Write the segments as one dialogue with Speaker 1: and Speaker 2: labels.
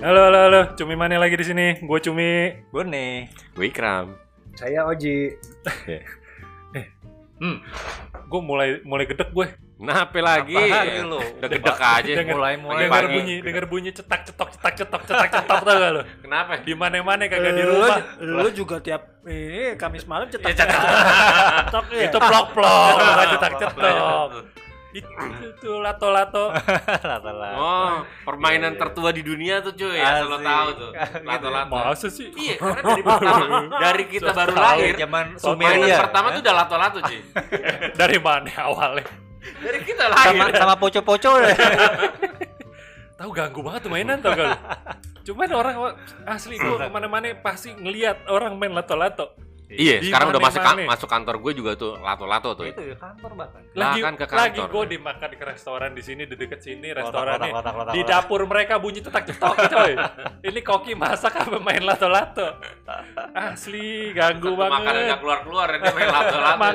Speaker 1: Halo, halo, halo. Cumi mana lagi di sini? Gue Cumi.
Speaker 2: Bone.
Speaker 3: Gue Ikram.
Speaker 4: Saya Oji.
Speaker 2: Hmm.
Speaker 1: Gue mulai mulai gedek gue.
Speaker 3: Kenapa Nah, lagi?
Speaker 2: Apaan lu?
Speaker 3: Deg-deg aja.
Speaker 1: Dengar-
Speaker 2: Mulai mulai
Speaker 1: dengar
Speaker 3: pagi.
Speaker 1: bunyi, dengar bunyi cetak cetok cetak cetok cetak cetok tau gak lo?
Speaker 3: Kenapa?
Speaker 1: Di mana-mana kagak di rumah.
Speaker 4: Eh,
Speaker 1: Iya.
Speaker 4: Lu juga tiap ini Kamis malam
Speaker 3: Ya,
Speaker 4: cetak.
Speaker 3: cetak.
Speaker 4: cetak ya.
Speaker 1: Itu plok-plok, bukan
Speaker 3: Iya,
Speaker 1: cetak-cetak. Itu itu lato-lato.
Speaker 3: Oh, permainan tertua di dunia tuh cuy. Ya, lo
Speaker 2: Asik.
Speaker 3: tahu tuh. Lato-lato.
Speaker 1: Masa sih?
Speaker 3: Iya, karena dari pertama dari kita baru lahir.
Speaker 2: ya, zaman Iya.
Speaker 3: Mainan
Speaker 2: Sumeria.
Speaker 3: pertama tuh udah lato-lato cuy.
Speaker 1: Dari mana awalnya?
Speaker 3: Dari kita
Speaker 2: sama
Speaker 3: lahir.
Speaker 2: sama poco-poco deh.
Speaker 1: Tahu ganggu banget tuh mainan tau gak lo? Cuman orang asli gue kemana-mana pasti ngeliat orang main lato-lato.
Speaker 3: Iya,
Speaker 1: Di
Speaker 3: sekarang udah masuk ka-
Speaker 1: mana-mana.
Speaker 3: masuk kantor gue juga tuh lato-lato tuh.
Speaker 2: Itu ya kantor bahkan.
Speaker 1: Lagi
Speaker 3: Makan ke
Speaker 1: lagi
Speaker 3: kantor.
Speaker 1: gue dimakan ke restoran di sini di dekat sini
Speaker 2: Kotak,
Speaker 1: restorannya.
Speaker 2: kotak, kotak,
Speaker 1: ya. Di
Speaker 2: kotak.
Speaker 1: dapur mereka bunyi cetak cetok coy. Ini koki masak apa main lato-lato? Asli ganggu
Speaker 3: Satu makanan
Speaker 1: banget.
Speaker 3: nggak keluar-keluar dia main lato-lato cuy.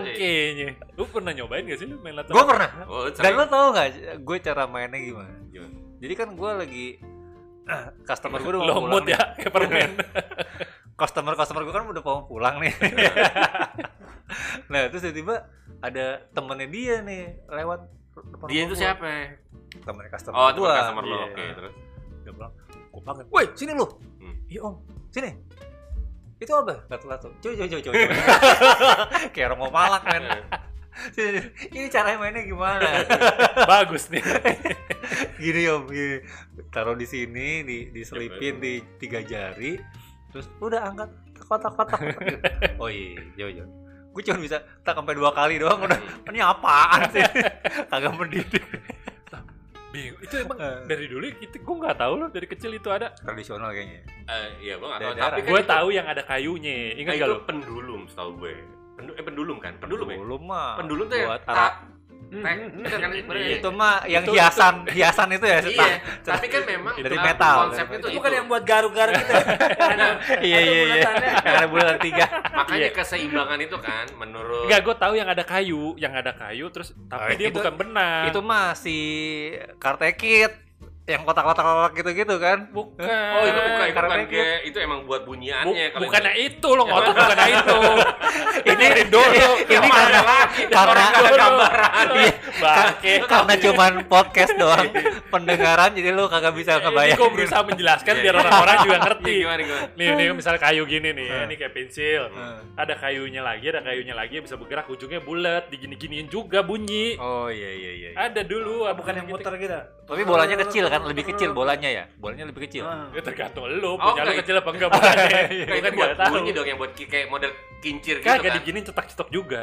Speaker 1: Makanya. Lu pernah nyobain gak sih lu main lato?
Speaker 2: Gue pernah.
Speaker 3: Oh,
Speaker 2: Dan
Speaker 3: sering.
Speaker 2: lo tau gak gue cara mainnya gimana?
Speaker 3: Gimana?
Speaker 2: Jadi kan gue lagi customer gue udah mau
Speaker 1: Lo
Speaker 2: pulang.
Speaker 1: mood
Speaker 2: nih.
Speaker 1: ya kayak permen.
Speaker 2: Customer customer gue kan udah mau pulang nih. nah, terus tiba-tiba ada temennya dia nih lewat depan
Speaker 3: Dia
Speaker 2: rumah
Speaker 3: itu
Speaker 2: gua.
Speaker 3: siapa?
Speaker 2: Temennya customer
Speaker 3: Oh, itu
Speaker 2: gua.
Speaker 3: customer lo.
Speaker 2: Iya.
Speaker 3: Oke, terus.
Speaker 2: Dia bilang, gue panggil, woi sini lu.
Speaker 3: Hmm.
Speaker 2: Iya om, sini. Itu apa? Lato-lato. Cuy, cuy, cuy, cuy. cuy. Kayak orang mau malak, men. Sini, sini. Ini caranya mainnya gimana?
Speaker 1: Bagus nih.
Speaker 2: gini om, gini. Taruh di sini, di, diselipin di tiga jari. Terus udah angkat kotak-kotak. oh iya, jauh jauh. Gue cuma bisa tak sampai dua kali doang udah. Ini apaan sih? Kagak mendidik.
Speaker 1: Bingung. Itu emang dari dulu kita gue nggak tahu loh dari kecil itu ada.
Speaker 2: Tradisional kayaknya.
Speaker 3: Eh, iya, gue nggak tahu.
Speaker 2: Daerah.
Speaker 3: Tapi kan
Speaker 1: Gue
Speaker 3: itu-
Speaker 1: tahu yang ada kayunya.
Speaker 3: Nah,
Speaker 1: Ingat gak
Speaker 3: itu
Speaker 1: lo?
Speaker 3: pendulum setahu gue. Pendu- eh, pendulum kan? Pendulum ya?
Speaker 2: Pendulum mah.
Speaker 3: Pendulum tuh ya?
Speaker 2: buat
Speaker 3: tak-
Speaker 2: arah-
Speaker 3: tek- bener
Speaker 1: Iya.
Speaker 3: kan? Bener ya?
Speaker 2: itu mah yang
Speaker 1: Itu-
Speaker 2: hiasan hiasan itu ya
Speaker 3: Iya,
Speaker 2: tak-
Speaker 3: tapi kan memang
Speaker 2: Dari
Speaker 3: uh,
Speaker 2: metal.
Speaker 3: konsepnya tuh
Speaker 4: Itu
Speaker 3: itu.
Speaker 4: bukan yang buat garuk-garuk gitu. itu.
Speaker 2: iya iya iya karena bulan tiga
Speaker 3: Makanya keseimbangan itu kan menurut
Speaker 1: Enggak, gue tahu yang ada kayu, yang ada kayu terus tapi
Speaker 2: Oh,
Speaker 1: dia
Speaker 3: gitu.
Speaker 2: itu-
Speaker 1: bukan benang.
Speaker 2: itu mah si kartekit yang kotak-kotak gitu-gitu kan
Speaker 1: bukan.
Speaker 3: Oh, itu bukan itu bukan
Speaker 2: Karena
Speaker 3: gue, itu emang buat
Speaker 1: Bu-
Speaker 3: bunyiannya kalau
Speaker 1: bukannya
Speaker 3: itu.
Speaker 1: itu lo ngotot bukannya itu.
Speaker 3: Kan
Speaker 1: ini Iya, dulu.
Speaker 2: ini karena karena
Speaker 3: gambaran.
Speaker 2: Iya,
Speaker 1: Bangke.
Speaker 2: karena cuman podcast doang pendengaran jadi lu kagak
Speaker 1: Ini
Speaker 2: bisa
Speaker 1: gue
Speaker 2: kebayang
Speaker 1: berusaha menjelaskan
Speaker 3: Iya,
Speaker 1: biar
Speaker 3: iya.
Speaker 1: orang-orang juga
Speaker 3: Iya,
Speaker 1: ngerti.
Speaker 3: gimana Iya. gimana?
Speaker 1: Nih, nih misal kayu gini nih, ya,
Speaker 2: Hmm.
Speaker 1: ini kayak pensil.
Speaker 3: Hmm.
Speaker 1: Ada kayunya lagi, ada kayunya lagi, bisa bergerak, ujungnya bulat, digini-giniin juga bunyi.
Speaker 2: oh iya iya iya iya.
Speaker 1: Ada dulu,
Speaker 4: Bukan yang
Speaker 1: gitu.
Speaker 4: muter gitu.
Speaker 2: tapi bolanya kecil kan lebih kecil bolanya ya bolanya lebih kecil
Speaker 4: Ah.
Speaker 1: Ya tergantung lu,
Speaker 3: Oh,
Speaker 1: punya lu
Speaker 3: enggak.
Speaker 1: kecil apa enggak bukan.
Speaker 3: Nah, itu
Speaker 1: Bukan
Speaker 3: buat
Speaker 1: enggak tahu.
Speaker 3: bunyi dong yang buat ki- kayak model kincir gitu
Speaker 1: Kagak
Speaker 3: kan.
Speaker 1: diginiin cetak-cetak juga.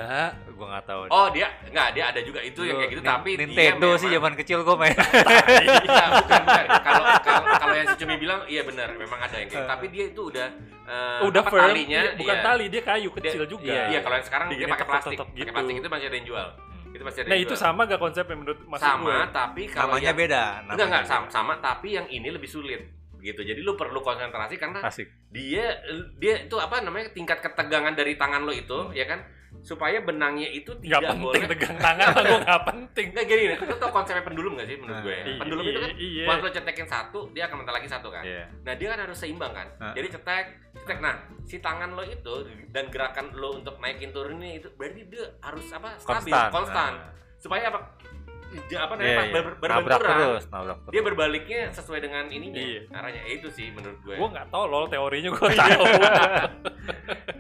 Speaker 2: gua nggak tahu
Speaker 3: Oh, dia enggak dia ada juga itu yang kayak gitu
Speaker 2: Nin-
Speaker 3: tapi dia
Speaker 2: Nintendo sih ya,
Speaker 3: memang-
Speaker 2: zaman kecil gua main
Speaker 3: Iya, bukan bukan. Kalau kalau kalau yang si Cumi bilang iya benar, memang ada yang kayak tapi dia itu udah eh,
Speaker 1: Udah
Speaker 3: apa,
Speaker 1: firm,
Speaker 3: talinya
Speaker 1: iya, bukan
Speaker 3: iya.
Speaker 1: tali, dia kayu
Speaker 3: Dia-
Speaker 1: kecil juga.
Speaker 3: Iya, kalau yang sekarang dia
Speaker 1: Diginiin
Speaker 3: pakai plastik.
Speaker 1: tetep-tetep
Speaker 3: Pakai
Speaker 1: gitu.
Speaker 3: plastik itu masih ada yang jual. Itu masih ada
Speaker 1: Nah
Speaker 3: yang
Speaker 1: itu
Speaker 3: jual.
Speaker 1: sama gak konsepnya menurut mas
Speaker 3: sama
Speaker 1: gue?
Speaker 3: tapi kalau
Speaker 2: namanya
Speaker 3: yang-
Speaker 2: beda
Speaker 3: enggak enggak
Speaker 2: namanya
Speaker 3: sama, sama tapi yang ini lebih sulit gitu. Jadi lu perlu konsentrasi
Speaker 2: beda.
Speaker 3: karena
Speaker 2: asik
Speaker 3: dia dia itu apa namanya tingkat ketegangan dari tangan lo itu ya kan supaya benangnya itu
Speaker 1: Gak
Speaker 3: tidak
Speaker 1: Hmm. penting
Speaker 3: Iya, boleh
Speaker 1: tegang tangan lah, gue gak penting.
Speaker 3: Enggak gini nih, lu tau konsepnya pendulum gak sih menurut gue?
Speaker 2: Nah,
Speaker 3: Ya? Pendulum itu kan
Speaker 1: Iya.
Speaker 3: Once lo cetekin satu, dia akan mental lagi satu kan.
Speaker 2: Iya.
Speaker 3: Nah dia kan harus seimbang kan.
Speaker 2: Hah? Hmm.
Speaker 3: Jadi cetek, cetek. Nah si tangan lo itu dan gerakan lo untuk naikin turunnya itu berarti dia harus apa? Stabil,
Speaker 2: Konstan. Nah.
Speaker 3: konstan. Supaya apa? ja- Apa namanya?
Speaker 2: Iya,
Speaker 3: Pak?
Speaker 2: iya.
Speaker 3: Ber-
Speaker 2: nabrak
Speaker 3: berbenturan.
Speaker 2: terus, nabrak terus.
Speaker 3: Dia berbaliknya sesuai dengan ininya,
Speaker 1: Iya.
Speaker 3: arahnya itu sih menurut gue.
Speaker 1: Gue gak tau lol teorinya gue tau.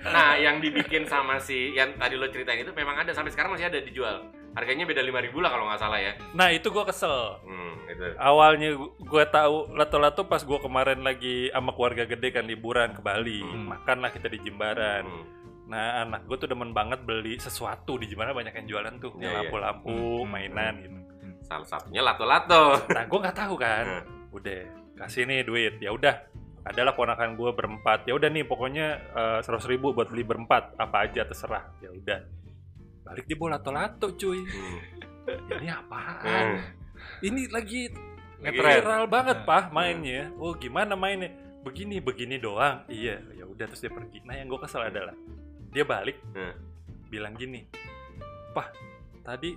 Speaker 3: Nah, yang dibikin sama si yang tadi lo ceritain itu memang ada sampai sekarang masih ada dijual. Harganya beda 5000 lah kalau nggak salah ya.
Speaker 1: nah itu gue kesel.
Speaker 3: Hmm, itu.
Speaker 1: Awalnya gue tahu lato-lato pas gue kemarin lagi sama keluarga gede kan liburan ke Bali.
Speaker 3: Hmm.
Speaker 1: Makanlah kita di Jimbaran.
Speaker 3: Hmm.
Speaker 1: Nah anak gue tuh demen banget beli sesuatu di Jimbaran banyak yang jualan tuh.
Speaker 3: Iya, iya.
Speaker 1: Lampu-lampu, mainan gitu.
Speaker 3: Salah satunya lato-lato.
Speaker 1: Nah gue nggak tahu kan. Udah kasih nih duit. Ya udah. Adalah ponakan gue berempat. Ya udah nih pokoknya eh, seratus ribu buat beli berempat apa aja terserah. Ya udah. Balik di bola lato cuy.
Speaker 3: Hmm.
Speaker 1: Ini apaan?
Speaker 3: Hmm.
Speaker 1: Ini lagi
Speaker 2: Ngetren.
Speaker 1: viral banget
Speaker 2: Hmm.
Speaker 1: pak mainnya. Oh gimana mainnya? Begini begini doang. Iya. Ya udah terus dia pergi. Nah yang gue kesel adalah dia balik
Speaker 3: Hmm.
Speaker 1: bilang gini, Pak tadi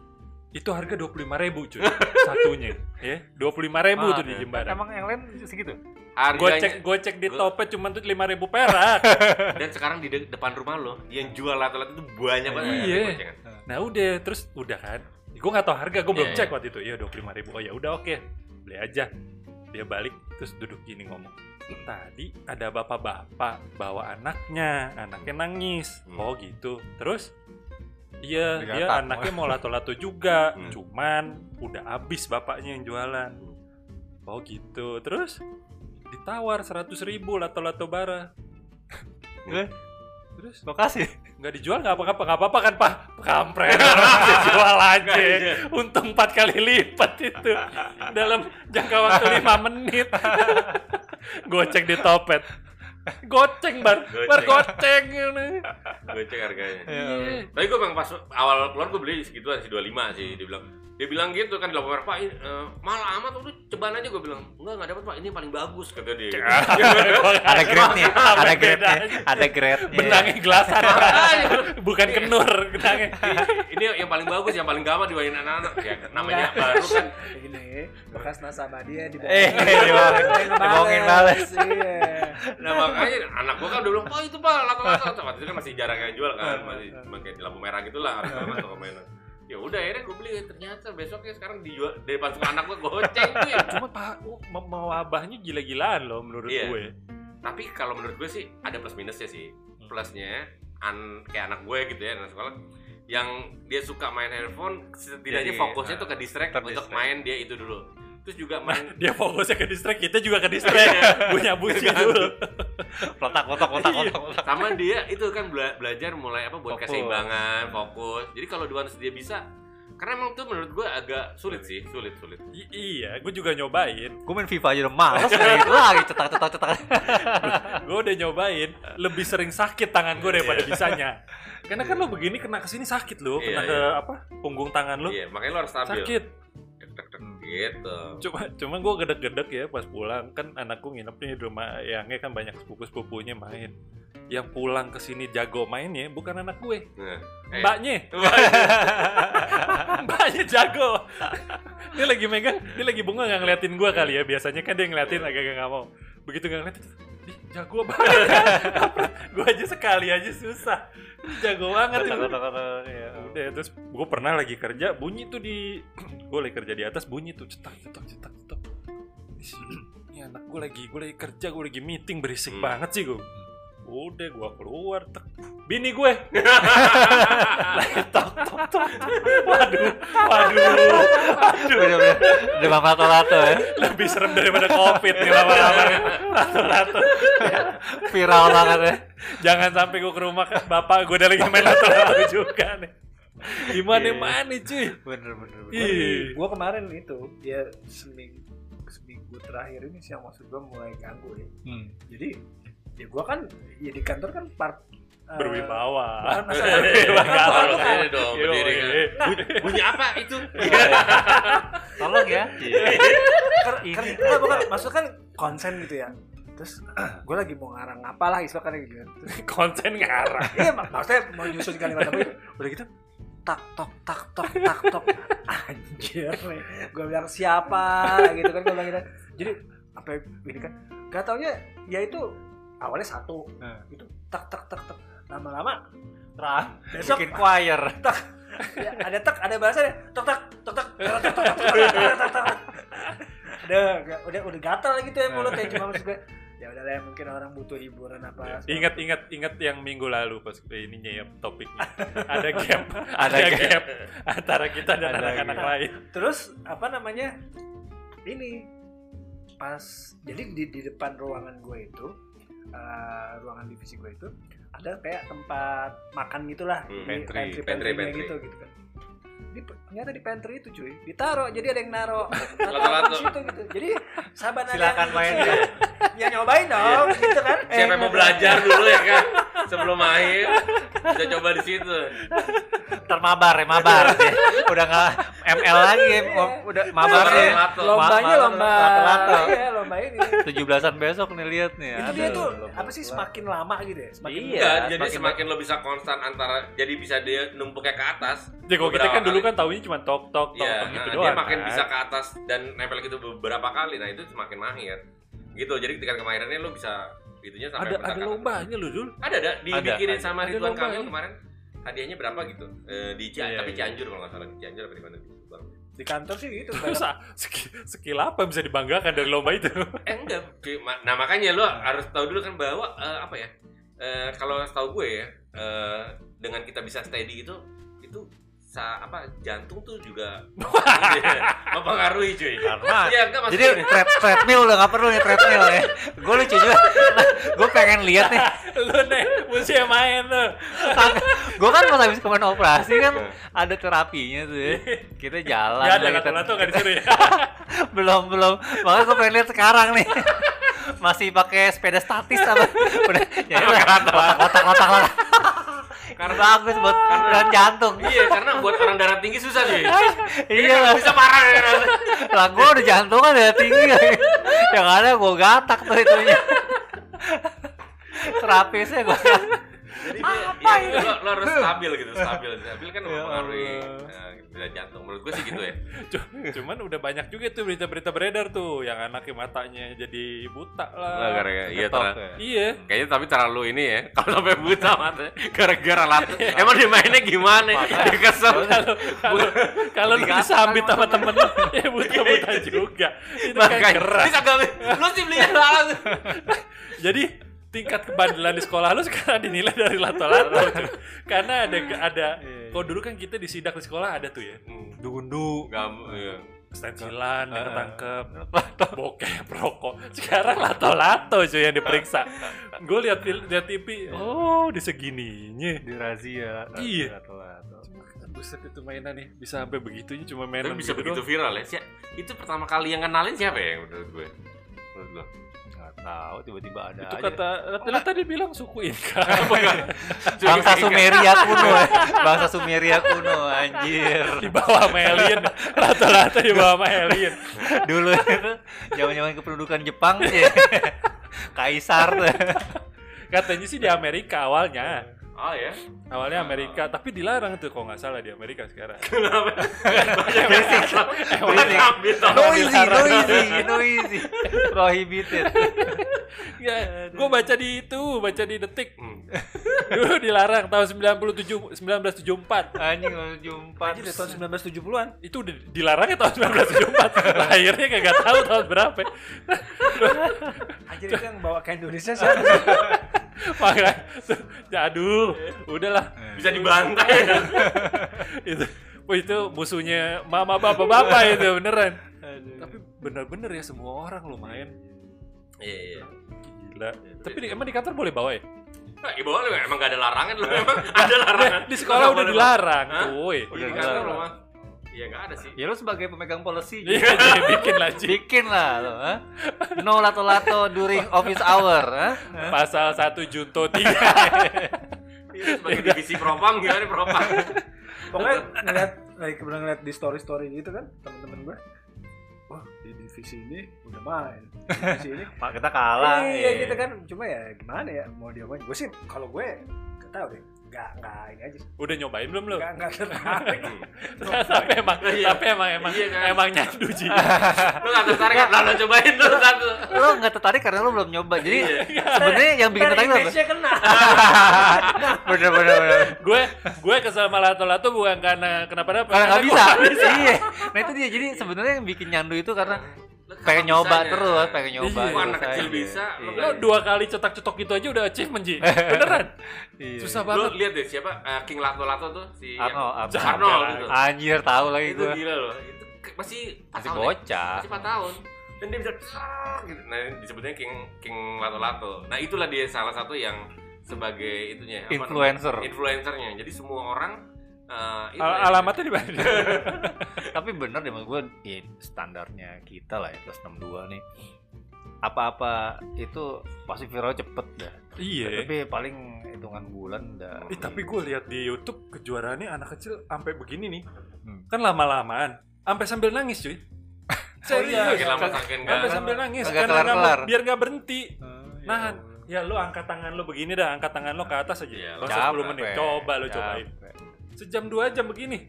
Speaker 1: Itu harga 25.000 cuy. Satunya, ya. 25.000
Speaker 2: Ah,
Speaker 1: tuh di
Speaker 2: ya.
Speaker 1: jembatan.
Speaker 2: Emang yang lain segitu?
Speaker 1: Gue
Speaker 3: Harganya
Speaker 1: cek, gue cek di
Speaker 3: Gua-
Speaker 1: Topet cuma tuh 5.000 perak.
Speaker 3: dan sekarang di de- depan rumah lo yang jual lato-lato itu banyak banget.
Speaker 1: Iya.
Speaker 3: yang gocengan.
Speaker 1: Nah udah, terus udah kan. Gue nggak tahu harga, gue belum
Speaker 3: Iya,
Speaker 1: cek
Speaker 3: iya.
Speaker 1: waktu itu. Iya 25.000 ribu. Oh ya udah oke, beli aja. Dia balik, terus duduk gini ngomong. Tadi ada bapak-bapak bawa anaknya, anaknya nangis.
Speaker 3: Hmm.
Speaker 1: Oh gitu. Terus Iya,
Speaker 2: Nggak
Speaker 1: dia
Speaker 2: tahu.
Speaker 1: anaknya mau lato-lato juga,
Speaker 3: Hmm.
Speaker 1: cuman udah habis bapaknya yang jualan.
Speaker 3: Hmm.
Speaker 1: Oh gitu. Terus ditawar 100.000 ribu lato-lato bara.
Speaker 2: Eh?
Speaker 1: Terus
Speaker 2: Lokasi.
Speaker 1: nggak dijual nggak apa-apa nggak apa-apa kan pak kampret Orang dijual aja untung empat kali lipat itu dalam jangka waktu lima menit goceng di topet goceng bar bar goceng ini.
Speaker 3: Goceng harganya.
Speaker 2: Ya.
Speaker 3: Tapi gue memang pas awal keluar gue beli segituan sih 25 sih dibilang. Dia bilang gitu kan di lapor Pak, ini, eh, mahal amat lu cobaan aja gue bilang. Enggak enggak dapat Pak, ini yang paling bagus kata dia. Gitu.
Speaker 2: Ada grade-nya, ada
Speaker 1: Apa
Speaker 2: grade-nya,
Speaker 1: bedanya?
Speaker 2: ada grade-nya.
Speaker 1: benangnya gelasan
Speaker 3: Makanya.
Speaker 1: bukan kenur benangnya
Speaker 3: ini yang paling bagus, yang paling gampang diwain anak-anak. Ya namanya baru kan.
Speaker 4: Ini bekas nasabah dia dibohongin.
Speaker 2: Eh, dibohongin. Dibohongin males.
Speaker 4: Iya.
Speaker 3: Nah makanya anak gue kan udah bilang, "Pak, itu Pak, lato-lato." Waktu itu kan masih jarang yang jual kan, masih cuma kayak di lampu merah gitu lah, harus banget toko mainan. Ya udah akhirnya gue beli ternyata besoknya sekarang dijual dari pasukan anak gue goceng tuh ya.
Speaker 1: cuma pak oh, me- mewabahnya gila-gilaan loh menurut
Speaker 3: Iya.
Speaker 1: gue
Speaker 3: tapi kalau menurut gue sih ada plus minusnya sih plusnya an kayak anak gue gitu ya anak sekolah yang dia suka main handphone setidaknya
Speaker 2: Jadi,
Speaker 3: fokusnya
Speaker 2: eh,
Speaker 3: tuh ke distract untuk
Speaker 2: terdistract.
Speaker 3: main dia itu dulu terus juga main
Speaker 1: dia fokusnya ke distract kita juga ke distract punya busi dulu
Speaker 2: Letak, kotak, kotak, kotak, kotak.
Speaker 3: sama dia itu kan bela- belajar mulai apa buat
Speaker 2: Fokus.
Speaker 3: keseimbangan fokus jadi kalau dua dia bisa karena emang tuh menurut gue agak sulit sih sulit sulit
Speaker 1: I- iya gue juga nyobain
Speaker 2: Gue main FIFA aja udah males lagi, lagi cetak, cetak, cetak.
Speaker 1: gue udah nyobain lebih sering sakit tangan gue daripada bisanya karena kan lo begini kena kesini sakit lo
Speaker 3: Iya,
Speaker 1: kena ke
Speaker 3: iya.
Speaker 1: apa punggung tangan lo
Speaker 3: iya makanya lo harus stabil
Speaker 1: sakit
Speaker 3: Tek, tek, tek, gitu
Speaker 1: cuma cuma gue gedek-gedek ya pas pulang kan anakku nginep nih di rumah yangnya kan banyak sepupu sepupunya main yang pulang ke sini jago mainnya bukan anak gue
Speaker 3: nah, eh.
Speaker 1: mbaknya mbaknya jago dia lagi megang dia lagi bunga nggak ngeliatin gue kali ya biasanya kan dia ngeliatin agak-agak nggak mau begitu nggak ngeliatin "Ih, jago banget gue aja sekali aja susah Ini jago banget
Speaker 2: Kotak,
Speaker 1: ini.
Speaker 2: kotak, kotak. iya.
Speaker 1: Udah, terus gue pernah lagi kerja bunyi tuh di gue lagi kerja di atas bunyi tuh cetak cetak cetak cetak Ih, ini anak gue lagi gue lagi kerja gue lagi meeting berisik
Speaker 3: Hmm.
Speaker 1: banget sih gue udah gue keluar tek bini gue lagi tok tok tok waduh waduh
Speaker 2: Udah, udah. Udah mama lato-lato ya.
Speaker 1: lebih serem daripada covid nih lama-lama lato-lato
Speaker 2: Viral banget ya.
Speaker 1: jangan sampai gue ke rumah kan bapak gue udah lagi main lato-lato juga nih gimana
Speaker 2: Iya.
Speaker 1: mana cuy
Speaker 2: Bener, bener, bener.
Speaker 4: Iya.
Speaker 1: Ih.
Speaker 4: Gue kemarin itu dia seminggu seminggu terakhir ini sih yang maksud gue mulai ganggu ya.
Speaker 2: Hmm.
Speaker 4: Jadi ya gue kan ya di kantor kan part eh,
Speaker 1: berwibawa
Speaker 4: bukan masalah berwibawa.
Speaker 1: Nggak apa-apa.
Speaker 3: Kalau ini dong Iya, berdiri kan.
Speaker 1: Yoi.
Speaker 3: bunyi apa itu
Speaker 2: Tolong ya.
Speaker 3: Iya.
Speaker 4: Ker-
Speaker 2: Ini.
Speaker 4: ker- Kan, enggak, bukan. Maksud kan konsen gitu ya. Terus gue lagi mau ngarang apalah istilah kan gitu. Terus,
Speaker 1: konten ngarang
Speaker 4: iya mak- maksudnya mau nyusun kalimat apa gitu. Udah gitu tak tok tak tok tak tok anjir nih gue bilang siapa gitu kan gue bilang gitu jadi apa ini kan gak taunya ya itu awalnya satu
Speaker 2: Hmm.
Speaker 4: gitu tak tak tak tak lama-lama terang besok
Speaker 2: Bikin choir.
Speaker 4: ya, ada tek, ada bahasa deh. Tek tek tek tek tek tek tek tek tek, tek, tek, tek. Udah, ga- udah udah gatal gitu ya mulutnya cuma maksud gue. Ya udah lah mungkin orang butuh hiburan
Speaker 2: Iya.
Speaker 4: apa. segala
Speaker 1: ingat ingat ingat yang minggu lalu pas ininya ya topiknya ada gap ada,
Speaker 2: Ada
Speaker 1: gap. antara kita dan
Speaker 2: Ada
Speaker 1: anak-anak
Speaker 4: gap.
Speaker 1: lain
Speaker 4: terus apa namanya ini pas jadi di, di depan ruangan gue itu eh, ruangan divisi gue itu ada kayak tempat makan gitulah
Speaker 3: Hmm,
Speaker 4: Di
Speaker 2: pantry,
Speaker 4: pantry
Speaker 3: pantry,
Speaker 4: pantrynya
Speaker 3: pantry.
Speaker 4: gitu gitu kan di, ternyata di pantry itu cuy ditaruh jadi ada yang naro
Speaker 3: Lato-lato.
Speaker 4: di situ gitu jadi sahabat ada
Speaker 2: Silakan Iya.
Speaker 4: yang-
Speaker 2: main ya.
Speaker 4: ya nyobain dong gitu kan
Speaker 3: siapa yang mau belajar dulu ya kan sebelum main bisa coba di situ
Speaker 2: Ntar mabar ya, mabar. dia. Udah nggak ML lagi, ya,
Speaker 4: Iya.
Speaker 2: udah mabar
Speaker 3: Mabar,
Speaker 2: ya.
Speaker 3: lato.
Speaker 4: Lombanya
Speaker 2: Ma- ma-
Speaker 4: lomba.
Speaker 2: lato-lato.
Speaker 4: Iya, lomba ini.
Speaker 2: 17-an besok nih lihat nih. ya.
Speaker 4: Itu dia
Speaker 2: aduh,
Speaker 4: tuh
Speaker 2: lomba
Speaker 4: apa sih semakin lama gitu ya?
Speaker 2: Iya,
Speaker 4: Semakin
Speaker 3: Enggak, jadi
Speaker 2: semakin-
Speaker 3: semakin lo bisa konstan antara jadi bisa dia numpuknya ke atas.
Speaker 1: Ya kalau kita
Speaker 3: beberapa
Speaker 1: kan dulu
Speaker 3: kali.
Speaker 1: kan tahunya cuma tok tok tok
Speaker 3: Iya,
Speaker 1: tok gitu
Speaker 3: nah,
Speaker 1: doang.
Speaker 3: dia makin
Speaker 1: kan.
Speaker 3: bisa ke atas dan nempel gitu beberapa kali. Nah, itu semakin mahir. Gitu. Jadi ketika kemahirannya lo bisa itunya sampai
Speaker 1: ada
Speaker 3: mentak
Speaker 1: ada
Speaker 3: ke atas.
Speaker 1: lombanya lu dulu.
Speaker 3: Ada ada dibikinin
Speaker 2: ada.
Speaker 3: sama
Speaker 1: Ada
Speaker 3: Ridwan
Speaker 1: lomba,
Speaker 3: Kamil
Speaker 1: ya.
Speaker 3: kemarin. Hadiahnya berapa gitu? Eh, di Cian-
Speaker 2: Iya,
Speaker 3: tapi
Speaker 2: iya.
Speaker 3: Cianjur kalau nggak salah di Cianjur apa di mana gitu. Bang.
Speaker 4: di kantor sih gitu.
Speaker 1: Terus ah, skill, skill apa yang bisa dibanggakan dari lomba itu?
Speaker 3: Eh enggak, Ki. Ma- nah makanya lo harus tahu dulu kan bahwa eh, apa ya? Eh, kalau setahu gue ya, eh, dengan kita bisa steady itu itu sa apa jantung tuh juga mempengaruhi cuy.
Speaker 2: Karena
Speaker 3: Iya, enggak
Speaker 2: Jadi
Speaker 3: maksudnya.
Speaker 2: thread, treadmill udah gak perlu nih treadmill ya. Gue lucu juga. gue pengen lihat nih.
Speaker 1: lu nih mesti yang main lu.
Speaker 2: Gue kan pas habis kemarin operasi kan ada terapinya tuh. Ya. Kita jalan.
Speaker 1: Gak Iya, ada
Speaker 2: lah kita-
Speaker 1: lato-lato nggak disuruh ya.
Speaker 2: belum belum. Makanya gue pengen lihat sekarang nih. Masih pakai sepeda statis apa? Udah ya udah, kotak-kotak lah. Karena bagus buat dan jantung.
Speaker 3: Iya, karena buat orang darah tinggi susah cuy.
Speaker 2: Iya lah.
Speaker 3: Bisa parah ya.
Speaker 2: lah gue udah jantungan udah tinggi lagi. yang ada gue gatak tuh itunya terapisnya gue
Speaker 3: Jadi apa ya, lo, lo harus stabil gitu, stabil. Stabil kan mempengaruhi
Speaker 2: Allah.
Speaker 3: eh, gerak jantung. Menurut gue sih gitu ya.
Speaker 1: Cu- Cuman udah banyak juga tuh berita-berita beredar tuh yang anaknya matanya jadi buta
Speaker 3: Lah,
Speaker 1: lah.
Speaker 3: gara-gara- iya,
Speaker 2: Ngetok
Speaker 3: ternyata-
Speaker 2: ya.
Speaker 1: Iya.
Speaker 3: Kayaknya tapi terlalu ini ya. Kalau sampai buta matanya gara-gara lato. Emang dia mainnya gimana? Dia kesel.
Speaker 1: Kalau kalau lu
Speaker 2: Digatak
Speaker 1: disambit
Speaker 2: kan
Speaker 1: sama temen lu, ya buta-buta juga. Itu kan
Speaker 3: Iya, Makanya
Speaker 1: keras.
Speaker 3: Ini kagak lu sih belinya lalat.
Speaker 1: Jadi tingkat kebandelan di sekolah lu sekarang dinilai dari lato-lato tuh. Karena ada ada
Speaker 2: Iya.
Speaker 1: kalau dulu kan kita disidak di sekolah ada tuh ya.
Speaker 2: gundu
Speaker 3: Gampang iya.
Speaker 1: Stensilan
Speaker 3: Ah.
Speaker 1: yang ketangkep, bokep, rokok. Sekarang lato-lato cuy yang diperiksa. Gue lihat lihat TV, oh di segininya.
Speaker 2: di razia
Speaker 1: Iya.
Speaker 2: Lato-lato.
Speaker 1: Buset itu mainan nih, bisa sampai begitunya cuma mainan
Speaker 3: Tapi bisa
Speaker 1: gitu
Speaker 3: begitu
Speaker 1: doang.
Speaker 3: viral ya. Si- Itu pertama kali yang kenalin siapa ya menurut gue? Menurut lo?
Speaker 2: nggak tahu tiba-tiba ada
Speaker 3: Ya,
Speaker 1: Itu
Speaker 2: aja.
Speaker 1: kata Lato tadi bilang suku Inka.
Speaker 2: bangsa Sumeria kuno ya. bangsa Sumeria kuno anjir
Speaker 1: di bawah sama alien. Lato-lato di bawah sama alien.
Speaker 2: dulu itu zaman-zaman kependudukan Jepang sih kaisar tuh.
Speaker 1: Katanya sih di Amerika awalnya.
Speaker 3: Oh ya.
Speaker 1: Awalnya Amerika, tapi dilarang tuh kalau nggak salah di Amerika sekarang.
Speaker 3: Kenapa? Banyak yang
Speaker 2: Berisik.
Speaker 3: kesel. Banyak
Speaker 2: Berisik.
Speaker 3: yang ambil tau.
Speaker 2: noisy noisy noisy prohibited
Speaker 1: Ya, gue baca di itu, baca di detik.
Speaker 3: Hmm,
Speaker 1: Dulu dilarang tahun 97 1974.
Speaker 2: anjing lalu jumpa Eh.
Speaker 4: Aja dari tahun 1970-an.
Speaker 1: Itu udah dilarangnya tahun 1974. Lahirnya kagak tahu tahun berapa.
Speaker 4: Aja itu yang bawa ke Indonesia siapa?
Speaker 1: Makanya jadul. Udahlah.
Speaker 3: Bisa dibantai.
Speaker 2: Iya,
Speaker 1: Itu Wah, itu musuhnya mama bapak bapak itu beneran. Tapi bener-bener ya semua orang lo main.
Speaker 3: Iya iya.
Speaker 1: Gila. Tapi di, emang di kantor boleh bawa ya?
Speaker 3: Nah, ibu lu emang gak ada larangan lu emang ada larangan.
Speaker 1: Di sekolah udah
Speaker 3: Boleh,
Speaker 1: dilarang,
Speaker 3: Hah?
Speaker 1: cuy.
Speaker 3: Bang. Iya,
Speaker 2: Udah
Speaker 3: di kantor
Speaker 2: dilarang.
Speaker 3: lu mah. Iya gak ada sih.
Speaker 2: ya lu sebagai pemegang policy
Speaker 1: Iya, jadi bikin lah, Ci.
Speaker 2: bikin lah lo ha? eh? no lato lato during office hour eh? ha?
Speaker 1: Pasal 1 Junto 3.
Speaker 3: Iya, sebagai divisi propam gimana nih propam?
Speaker 4: Pokoknya ngeliat, kayak kebetulan ngeliat di story-story gitu kan temen-temen gue. Wah di divisi ini udah main. Di divisi ini.
Speaker 2: Pak kita kalah
Speaker 4: iya
Speaker 2: iya.
Speaker 4: gitu kan. Cuma ya gimana ya mau diapain. Gue sih kalau gue gak tau deh. Gak, gak ini aja sih.
Speaker 1: Udah nyobain belum lo?
Speaker 4: Gak, gak tertarik.
Speaker 1: tapi emang
Speaker 3: Iya.
Speaker 1: tapi emang emang
Speaker 3: Iya, kan?
Speaker 1: emang nyandu Ji.
Speaker 3: Lu gak tertarik kan? Lah, Lu cobain dulu satu.
Speaker 2: lo nggak tertarik karena lo belum nyoba
Speaker 3: Iya.
Speaker 2: jadi sebenarnya yang bikin
Speaker 4: Ntar
Speaker 2: tertarik lo apa
Speaker 4: Indonesia kena. Nah,
Speaker 2: bener bener bener
Speaker 1: gue gue kesel sama lato lato bukan karena kenapa-napa
Speaker 2: karena nggak bisa
Speaker 1: gue-
Speaker 2: iya nah itu dia jadi sebenarnya yang bikin nyandu itu karena
Speaker 3: Lu kapan
Speaker 2: pengen nyoba
Speaker 3: bisanya?
Speaker 2: terus pengen nyoba
Speaker 1: Iya.
Speaker 3: Lu anak
Speaker 2: terus
Speaker 3: kecil
Speaker 2: aja. Iya.
Speaker 3: bisa, lu
Speaker 1: lo dua kali cetak-cetok gitu aja udah achievement Ji. beneran
Speaker 2: Iya.
Speaker 1: susah
Speaker 3: Lu
Speaker 1: banget
Speaker 3: lihat deh siapa eh, King Lato Lato tuh si yang-
Speaker 2: Arnold, Arnold.
Speaker 3: Arnold gitu.
Speaker 2: anjir tahu lagi
Speaker 3: Itu
Speaker 2: gue
Speaker 3: gila loh. Itu ke- masih empat
Speaker 2: masih
Speaker 3: tahun ya?
Speaker 2: bocah
Speaker 3: Masih 4 tahun. Dan dia bisa "Tsak," gitu. Nah, ini disebutnya King King Lato Lato. Nah, itulah dia salah satu yang sebagai itunya apa
Speaker 2: influencer
Speaker 3: namanya? influencernya. Jadi semua orang eh, itu
Speaker 1: Al-
Speaker 3: ya.
Speaker 1: alamatnya di mana
Speaker 2: tapi bener deh mas gue ya, standarnya kita lah ya plus 62 nih apa-apa itu pasti viral cepet dah.
Speaker 1: Iya.
Speaker 2: Tapi paling hitungan bulan dah.
Speaker 1: Eh, tapi gue lihat di YouTube kejuaraannya anak kecil sampai begini nih.
Speaker 2: Hmm.
Speaker 1: Kan lama-lamaan, sampai sambil nangis cuy. Serius.
Speaker 3: Makin lama makin enggak.
Speaker 1: Sampai sambil nangis
Speaker 2: Kagak
Speaker 1: karena Kan nggak mau-
Speaker 2: kelar-kelar.
Speaker 1: biar nggak berhenti.
Speaker 4: iya.
Speaker 2: ya
Speaker 1: Nah,
Speaker 2: Allah.
Speaker 1: ya lu angkat tangan lu begini dah, angkat tangan lu ke atas
Speaker 3: Iya,
Speaker 1: aja.
Speaker 3: lu
Speaker 1: Proses 10
Speaker 2: Capek,
Speaker 1: menit. Coba lu
Speaker 2: capek.
Speaker 1: cobain. Sejam dua jam begini.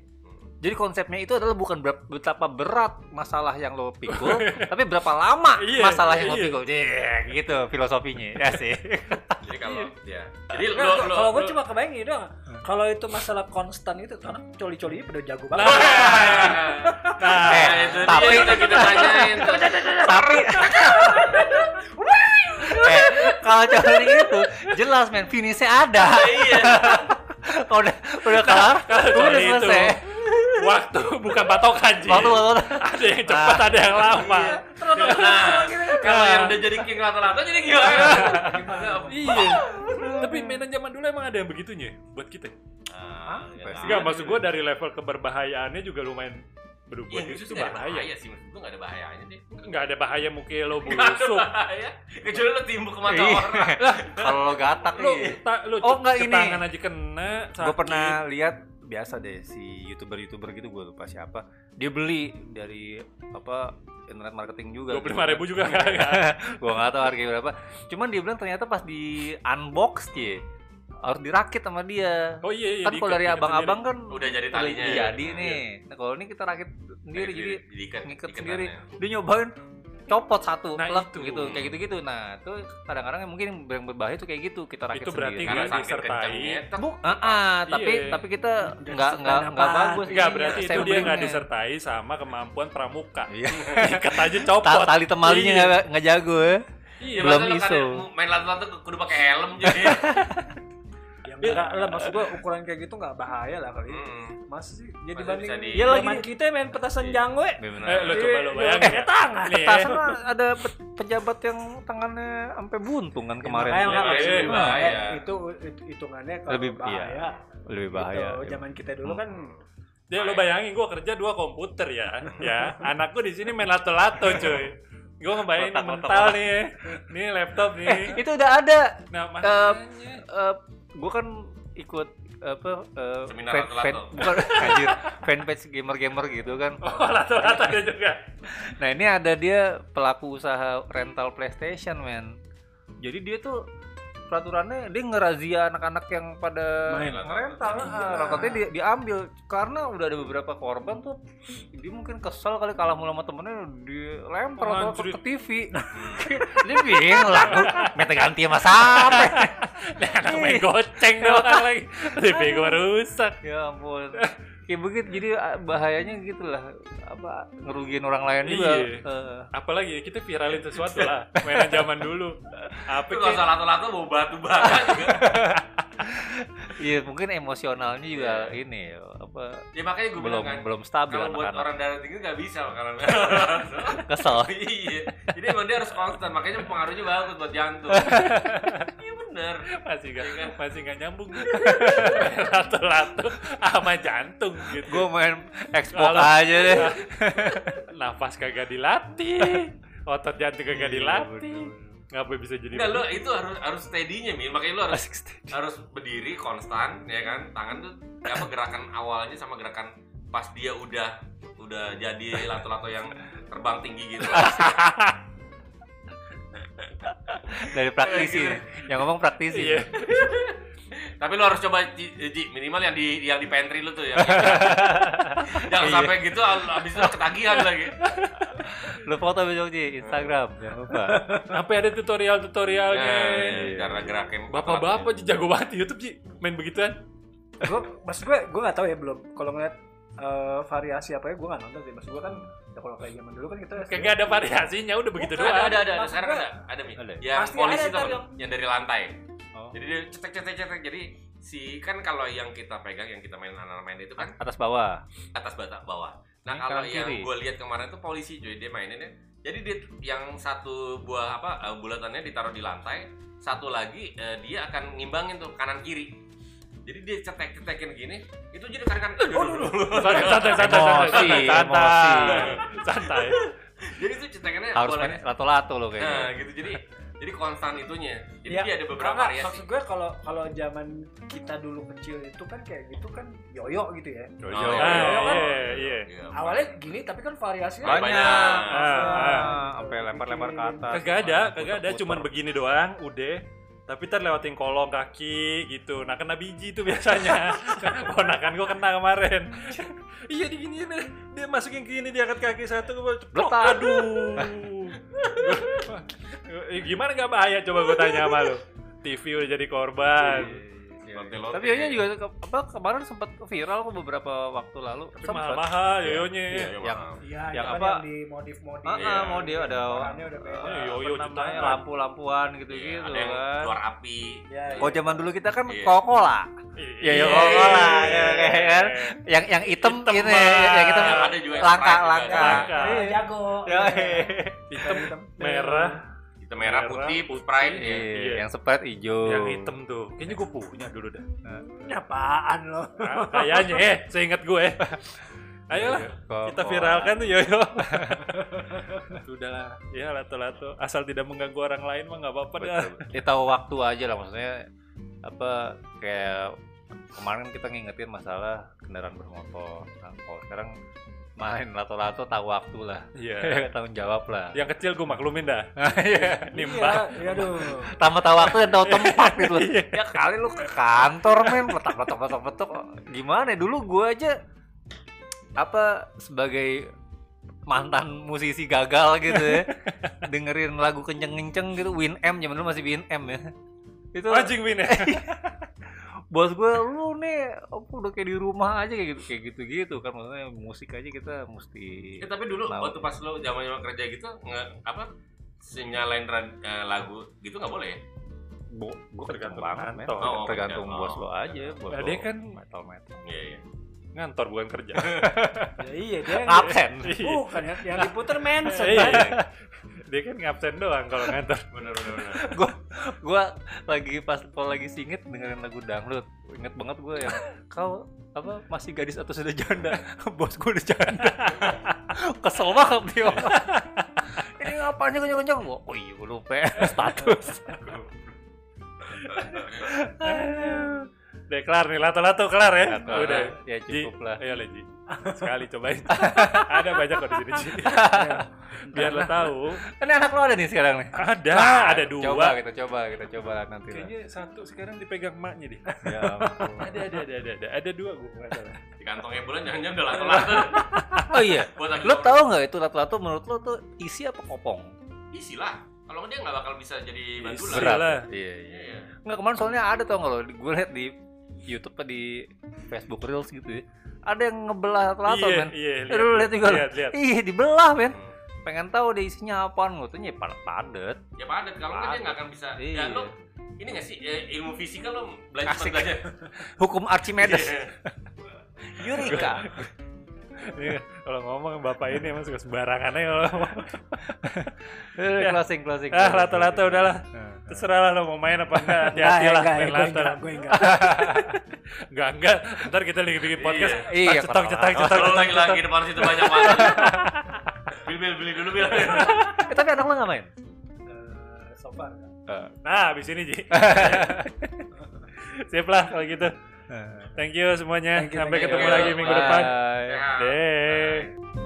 Speaker 2: Jadi konsepnya itu adalah bukan ber- betapa berat masalah yang lo pikul, tapi berapa lama
Speaker 1: Iya,
Speaker 2: masalah yang lo
Speaker 1: iya.
Speaker 2: pikul. Iya, gitu filosofinya. Ya sih.
Speaker 3: Jadi kalau ya. Jadi lu
Speaker 4: Enggak,
Speaker 3: lu-
Speaker 4: kalau gue
Speaker 3: lu-
Speaker 4: cuma kebayang gitu doang. Kalau itu masalah konstan itu karena coli-coli pada jago banget.
Speaker 1: Lah.
Speaker 3: Nah,
Speaker 2: Eh,
Speaker 3: itu
Speaker 2: tapi-
Speaker 3: dia yang kita tanyain.
Speaker 2: tapi eh, kalau coli itu jelas men finishnya ada.
Speaker 3: Iya.
Speaker 2: Kalau udah udah kelar,
Speaker 1: Kalau
Speaker 2: udah
Speaker 1: coli itu
Speaker 2: selesai.
Speaker 1: waktu bukan patokan sih.
Speaker 2: Waktu waktu
Speaker 1: Ada yang cepat, ada yang lama.
Speaker 3: Nah, kalau yang udah jadi king rata-rata jadi gila.
Speaker 1: Iya. Tapi mainan zaman dulu emang ada yang begitunya buat kita. Enggak, maksud gue dari level keberbahayaannya juga lumayan
Speaker 3: Iya,
Speaker 1: berubah
Speaker 3: justru
Speaker 1: itu
Speaker 3: nggak ada bahaya
Speaker 1: bahaya.
Speaker 3: sih. Maksud gue nggak ada bahayanya sih.
Speaker 1: Enggak ada bahaya mungkin lo
Speaker 3: Nggak ada
Speaker 1: busuk.
Speaker 3: bahaya. Kecuali lu timbuk ke mata
Speaker 2: Iya.
Speaker 3: orang.
Speaker 2: Kalau lo gatak
Speaker 1: Lo
Speaker 2: nih.
Speaker 1: ta, lo
Speaker 2: Oh, nggak ini.
Speaker 1: tangan aja kena.
Speaker 2: Gue
Speaker 1: sakit.
Speaker 2: pernah lihat biasa deh si youtuber-youtuber gitu gue lupa siapa. Dia beli dari apa internet marketing juga.
Speaker 1: 25.000 juga kan? nggak- nggak.
Speaker 2: gue nggak tahu harganya berapa. Cuman dia bilang ternyata pas di unbox sih harus dirakit sama dia.
Speaker 1: Oh iya iya.
Speaker 2: kan kalau
Speaker 1: diikat,
Speaker 2: dari
Speaker 1: diikat
Speaker 2: abang-abang
Speaker 1: sendiri. Oh, iya,
Speaker 2: kan
Speaker 3: Udah jadi talinya. iya,
Speaker 2: udah
Speaker 3: ya.
Speaker 2: jadi nih. Nah, kalau ini kita rakit sendiri jadi
Speaker 3: diikat
Speaker 2: ngikat
Speaker 3: iketannya.
Speaker 2: sendiri. Dia nyobain copot satu,
Speaker 1: Nah,
Speaker 2: plek
Speaker 1: itu.
Speaker 2: gitu, kayak gitu-gitu. Nah, itu kadang-kadang yang mungkin yang berbahaya itu kayak gitu, kita rakit
Speaker 1: Itu berarti
Speaker 2: sendiri.
Speaker 3: Karena
Speaker 1: Nggak
Speaker 3: sakit
Speaker 1: disertai.
Speaker 3: kencengnya. tek.
Speaker 2: Bu, ah, ah, tapi
Speaker 1: Iya.
Speaker 2: tapi kita
Speaker 4: Udah
Speaker 2: nggak nggak
Speaker 4: setan
Speaker 2: nggak
Speaker 4: apaan.
Speaker 2: bagus.
Speaker 1: Enggak
Speaker 2: ininya,
Speaker 1: berarti itu dia
Speaker 2: samplingnya.
Speaker 1: nggak disertai sama kemampuan pramuka.
Speaker 2: Iya.
Speaker 1: Ikat aja
Speaker 2: Ta-
Speaker 1: copot.
Speaker 2: Tali temalinya
Speaker 1: Iya.
Speaker 2: nggak nggak jago ya.
Speaker 3: Iya,
Speaker 2: Belum
Speaker 3: makanya lu kan
Speaker 2: iso.
Speaker 3: ya, Main lato-lato kudu pakai helm jadi.
Speaker 2: Iya.
Speaker 4: Ya enggak lah maksud gue ukuran kayak gitu enggak bahaya lah kali.
Speaker 3: Hmm.
Speaker 4: Masa sih ya
Speaker 3: Masa
Speaker 4: dibanding
Speaker 3: bisa di-
Speaker 4: ya lagi kita main petasan
Speaker 3: Iya.
Speaker 4: jangwe. Ya,
Speaker 1: Eh, lo coba lo bayangin ya.
Speaker 4: Pakai tangan.
Speaker 1: Nih, eh,
Speaker 2: Petasan lah, kan ada pe- pejabat yang tangannya sampai buntung kan kemarin.
Speaker 4: Makanya
Speaker 3: Iya,
Speaker 4: nggak maksud
Speaker 3: iya,
Speaker 4: gua,
Speaker 3: bahaya.
Speaker 4: eh, Itu itu hitungannya kalau
Speaker 2: Lebih- iya.
Speaker 4: bahaya.
Speaker 2: Lebih bahaya. iya.
Speaker 4: Gitu. Zaman kita dulu kan
Speaker 1: Dia lo bayangin gue kerja dua komputer ya, ya. Anakku di sini main lato-lato cuy. Gue ngebayangin
Speaker 2: Kotak, kotak,
Speaker 1: mental
Speaker 2: kotak.
Speaker 1: nih, nih laptop nih.
Speaker 2: Eh, Itu udah ada.
Speaker 1: Nah, mas-
Speaker 2: Eh, eh, gua kan ikut apa eh,
Speaker 3: Seminar
Speaker 2: fan,
Speaker 3: lato-lato.
Speaker 2: fan, bukan, anjir, fanpage gamer-gamer gitu kan.
Speaker 1: oh lato-lato ada juga.
Speaker 2: Nah ini ada dia pelaku usaha rental PlayStation men. Jadi dia tuh peraturannya dia ngerazia anak-anak yang pada
Speaker 3: Main.
Speaker 2: rental
Speaker 4: Iya.
Speaker 2: Rakotnya dia, diambil karena udah ada beberapa korban tuh dia mungkin kesel kali kalah mulu sama temennya dilempar atau
Speaker 1: Anjrit.
Speaker 2: ke TV dia bingung lah minta ganti sama siapa
Speaker 1: Nah, anak
Speaker 2: Iya.
Speaker 1: main goceng doang lagi. TV gue rusak.
Speaker 2: ya ampun kayak begitu jadi ah, bahayanya gitulah apa ngerugiin orang lain juga
Speaker 1: Iya.
Speaker 2: Eh.
Speaker 1: Apalagi ya, kita viralin sesuatu lah, mainan zaman dulu. Apa
Speaker 3: Itu kalau
Speaker 1: kek?
Speaker 3: salah lato-lato bawa batu bara juga.
Speaker 2: Iya mungkin emosionalnya juga ini ya, apa
Speaker 3: Ya makanya gue
Speaker 2: belum
Speaker 3: bilang kan.
Speaker 2: belum stabil
Speaker 3: Kalau buat
Speaker 2: anak-anak
Speaker 3: orang darah tinggi nggak bisa kalau
Speaker 2: kesel.
Speaker 3: iya. Jadi emang dia harus konstan, makanya pengaruhnya bagus buat jantung. Iya bener.
Speaker 1: masih
Speaker 3: Iya kan?
Speaker 1: gak masih gak nyambung lato-lato sama jantung gitu
Speaker 2: Gue main Xbox
Speaker 1: Kalau-
Speaker 2: aja deh.
Speaker 3: Iya.
Speaker 1: nafas kagak dilatih otot jantung kagak
Speaker 2: Iya,
Speaker 1: dilatih ngapa bisa jadi
Speaker 3: Enggak,
Speaker 1: begini?
Speaker 3: lo itu harus harus steady-nya, Min. Makanya lo harus harus berdiri konstan, ya kan? Tangan tuh ya apa gerakan awalnya sama gerakan pas dia udah udah jadi lato-lato yang terbang tinggi gitu.
Speaker 2: Dari praktisi.
Speaker 3: Iya.
Speaker 2: Yang ngomong praktisi.
Speaker 1: Iya.
Speaker 3: Tapi lo harus coba Ji, eh, Ji, minimal yang di yang di pantry lu tuh ya. Jangan sampai gitu habis itu ketagihan lagi.
Speaker 2: Lu foto besok di
Speaker 3: Iya.
Speaker 2: Instagram. Jangan lupa.
Speaker 1: sampai ada tutorial-tutorialnya
Speaker 2: Iya,
Speaker 3: Nah, Karena gerakin
Speaker 1: bapak-bapak Ji, jago banget di YouTube sih main begituan
Speaker 4: gue mas gue gue nggak tahu ya belum kalau ngeliat eh, variasi apa ya gue nggak nonton sih mas gue kan ya kalau kayak zaman dulu kan kita
Speaker 1: kagak ada variasinya udah begitu
Speaker 4: Bukan,
Speaker 1: doang
Speaker 3: ada ada ada
Speaker 4: Maksud
Speaker 3: sekarang
Speaker 4: gua-
Speaker 3: ada ada mi
Speaker 2: Ada.
Speaker 3: yang
Speaker 4: Pasti
Speaker 3: polisi tuh
Speaker 4: ada ntar
Speaker 3: apa?
Speaker 4: yang-
Speaker 3: yang dari lantai
Speaker 2: Oh.
Speaker 3: jadi dia cetek cetek cetek jadi si kan kalau yang kita pegang yang kita main anak main itu kan
Speaker 2: Atas bawah.
Speaker 3: atas batas bawah nah
Speaker 2: Ini
Speaker 3: kalau
Speaker 2: kanan
Speaker 3: yang
Speaker 2: kiri.
Speaker 3: gue lihat kemarin tuh polisi jadi dia maininnya jadi dia yang satu buah apa eh, bulatannya ditaruh di lantai satu lagi eh, dia akan ngimbangin tuh kanan kiri jadi dia cetek cetekin gini itu
Speaker 2: Oh,
Speaker 3: jadi kan kan
Speaker 1: santai santai santai santai
Speaker 2: Emosi,
Speaker 1: santai santai santai
Speaker 3: jadi itu cetengannya
Speaker 2: harus
Speaker 3: Iya, boleh.
Speaker 2: main lato-lato lo
Speaker 3: Nah,
Speaker 2: kayaknya
Speaker 3: gitu. Jadi jadi konstan itunya. Jadi
Speaker 4: Ya,
Speaker 3: dia ada beberapa
Speaker 4: Karena
Speaker 3: variasi.
Speaker 4: maksud gue kalau kalau zaman kita dulu kecil itu kan kayak gitu kan yoyo gitu ya.
Speaker 3: Oh,
Speaker 1: Ah,
Speaker 3: iya,
Speaker 1: iya,
Speaker 3: iya.
Speaker 1: iya.
Speaker 3: Iya.
Speaker 4: Awalnya gini tapi kan variasinya
Speaker 1: Ah,
Speaker 3: Banyak.
Speaker 1: ah.
Speaker 2: Ah, sampai lempar-lempar ke atas
Speaker 1: Kagak ada,
Speaker 2: Puter-puter.
Speaker 1: kagak ada, cuman begini doang, udah. Tapi ntar lewatin kolong kaki gitu. Nah kena biji tuh biasanya. Ponakan gua kena kemarin. iya diginiin dia, dia masukin ke gini diangkat kaki satu gua ceplok.
Speaker 2: Letak.
Speaker 1: Oh, Aduh. Eh, Gimana nggak bahaya coba gua tanya sama lu. TV udah jadi korban.
Speaker 2: Iya, iya.
Speaker 3: Lote-lote.
Speaker 2: Tapi yoyonya juga ke- apa kemarin sempat viral kok beberapa waktu lalu.
Speaker 1: Tapi
Speaker 2: Sempet.
Speaker 1: mahal-mahal
Speaker 3: Iya,
Speaker 1: yoyonya.
Speaker 3: iya,
Speaker 2: Yang-
Speaker 3: maaf.
Speaker 4: Iya,
Speaker 2: Yang
Speaker 4: yang
Speaker 2: apa?
Speaker 4: apa? Yang di modif-modif.
Speaker 2: Ah,
Speaker 3: Iya.
Speaker 2: ah, mau dia ada
Speaker 4: Orangnya udah beda.
Speaker 2: eh,
Speaker 1: Yoyo
Speaker 2: apa namanya,
Speaker 1: jutaan.
Speaker 2: lampu-lampuan
Speaker 3: Iya,
Speaker 2: gitu-gitu
Speaker 3: ada yang
Speaker 2: kan.
Speaker 3: keluar api.
Speaker 4: Iya, iya.
Speaker 2: Kalau zaman dulu kita kan
Speaker 3: Iya.
Speaker 2: Coca-Cola. Iya, iya, Coca-Cola,
Speaker 1: iya,
Speaker 2: iya, kan? Yang yang hitam
Speaker 1: Hitam,
Speaker 2: ini,
Speaker 1: Bang.
Speaker 2: yang hitam
Speaker 1: Yang
Speaker 3: Iya, ada juga yang Sprite
Speaker 2: langka-langka.
Speaker 3: juga
Speaker 1: ada.
Speaker 4: Iya,
Speaker 2: Iya.
Speaker 4: jago.
Speaker 2: Iya.
Speaker 1: Hitam, merah,
Speaker 3: Kita merah,
Speaker 1: Merah,
Speaker 3: putih, Sprite.
Speaker 1: Iya.
Speaker 3: iya.
Speaker 2: Iya, yang sepet hijau.
Speaker 1: yang hitam tuh. Kayaknya gua punya dulu dah.
Speaker 4: Ini apaan lo?
Speaker 1: Nah, Kayaknya, eh, seingat gue. Ayolah,
Speaker 2: Iya,
Speaker 1: kita viralkan tuh yoyo sudahlah ya lato-lato asal tidak mengganggu orang lain mah nggak apa-apa dah
Speaker 2: Dia tahu waktu aja lah maksudnya apa kayak kemarin kan kita ngingetin masalah kendaraan bermotor. Nah, kalau sekarang main lato-lato tahu waktu lah.
Speaker 1: iya
Speaker 2: Ya, tanggung jawab lah.
Speaker 1: yang kecil gue maklumin dah
Speaker 2: Iya.
Speaker 1: nimbah
Speaker 4: Iya, iya dong.
Speaker 2: Tambah tahu waktu dan tahu tempat gitu. loh.
Speaker 1: Iya.
Speaker 2: ya kali lu ke kantor men, letak letak letak letak. Gimana ya? dulu gua aja apa sebagai mantan musisi gagal gitu ya. Dengerin lagu kenceng-kenceng gitu Win M zaman dulu masih Win M ya. Itu
Speaker 1: anjing win ya
Speaker 2: bos gue lu nih apa, udah kayak di rumah aja kayak gitu kayak gitu gitu kan maksudnya musik aja kita mesti
Speaker 3: Eh, tapi dulu
Speaker 2: Mau.
Speaker 3: waktu pas lo zaman zaman kerja gitu nge, apa sinyalain rad- eh, lagu gitu nggak boleh ya?
Speaker 2: bo, bo,
Speaker 1: Tergantung
Speaker 2: banget, men.
Speaker 1: kantor.
Speaker 2: Oh, tergantung
Speaker 3: Oh,
Speaker 2: bos
Speaker 3: tergantung.
Speaker 2: lo aja bos
Speaker 1: Nah,
Speaker 2: lo
Speaker 1: dia kan-
Speaker 2: metal metal
Speaker 3: Iya, iya.
Speaker 1: ngantor bukan kerja Oh,
Speaker 4: Ya, iya, dia yang
Speaker 2: absen
Speaker 4: Bukan ya, yang diputer Manson.
Speaker 1: Iya.
Speaker 4: kan?
Speaker 1: dia kan ngabsen doang kalau ngantor
Speaker 3: Benar benar benar.
Speaker 2: gue gue lagi pas kalau lagi singit dengerin lagu dangdut inget banget gue yang kau apa masih gadis atau sudah janda bos gue udah janda kesel banget dia orang. ini ngapain sih kenceng kenceng gue oh iya gua lupa status
Speaker 1: deh kelar nih lato-lato kelar ya udah
Speaker 2: ya
Speaker 1: Ji,
Speaker 2: cukup lah
Speaker 1: ayo Leji sekali cobain ada banyak kok di sini Ji.
Speaker 2: Iya.
Speaker 1: biar lo tahu
Speaker 2: Ini anak lo ada nih sekarang nih.
Speaker 1: ada ada dua
Speaker 2: Coba kita coba, kita coba nanti. lah.
Speaker 1: kayaknya satu sekarang dipegang maknya deh
Speaker 2: Ya ampun.
Speaker 1: ada ada ada ada ada, ada dua gue nggak salah
Speaker 3: Di kantongnya bulan jangan jangan udah lato-lato.
Speaker 2: Oh iya.
Speaker 3: Buat aku
Speaker 2: Lo tau nggak itu lato-lato menurut lo tuh isi apa kopong?
Speaker 3: isi lah. Kalau nggak dia nggak bakal bisa jadi bantulan.
Speaker 1: Berat. lah.
Speaker 2: Iya
Speaker 3: Iya,
Speaker 2: iya.
Speaker 3: iya.
Speaker 2: Nggak kemarin soalnya ada tau nggak lo? Gue liat di YouTube apa di Facebook Reels gitu ya. Ada yang ngebelah lato-lato
Speaker 1: iya,
Speaker 2: men.
Speaker 1: iya,
Speaker 2: Eh, Lu liat juga lo.
Speaker 1: lihat lihat
Speaker 2: Ih dibelah men.
Speaker 3: Hmm.
Speaker 2: Pengen tahu deh isinya apaan lo tuh nyepar padet.
Speaker 3: Ya padat kalau nggak dia nggak akan bisa.
Speaker 1: Nah,
Speaker 3: Ya
Speaker 1: kan
Speaker 2: Iya.
Speaker 3: lo ini nggak sih eh, ilmu fisika lo belajar
Speaker 2: Asik.
Speaker 3: belajar.
Speaker 2: Hukum Archimedes.
Speaker 3: Iya.
Speaker 2: Eureka.
Speaker 1: Ini kalau ngomong bapak ini emang suka sembarangan aja kalau ngomong.
Speaker 2: Eh, closing closing.
Speaker 1: ah
Speaker 2: closing,
Speaker 1: lato-lato
Speaker 2: closing.
Speaker 1: udahlah
Speaker 2: Eh.
Speaker 1: terserah lah lo mau main apa enggak
Speaker 4: Enggak,
Speaker 1: hati-hati lah
Speaker 4: iya, enggak,
Speaker 1: main
Speaker 4: gue
Speaker 1: lato
Speaker 4: enggak, gue enggak.
Speaker 1: enggak enggak ntar kita lagi bikin podcast
Speaker 2: Iya,
Speaker 1: tak cetak
Speaker 2: kalau-
Speaker 1: cetak
Speaker 2: kalau-
Speaker 1: cetak
Speaker 3: Lo
Speaker 1: cetak
Speaker 3: lagi lagi depan situ banyak banget. Bil bil beli dulu bil.
Speaker 2: Eh, tapi anak lo nggak main?
Speaker 4: Eh, So far, enggak.
Speaker 1: nah abis ini Ji sip lah kalau gitu thank you semuanya
Speaker 4: Thank you,
Speaker 1: sampai
Speaker 4: thank you.
Speaker 1: ketemu lagi minggu depan
Speaker 2: Bye.
Speaker 3: Ya.
Speaker 1: deh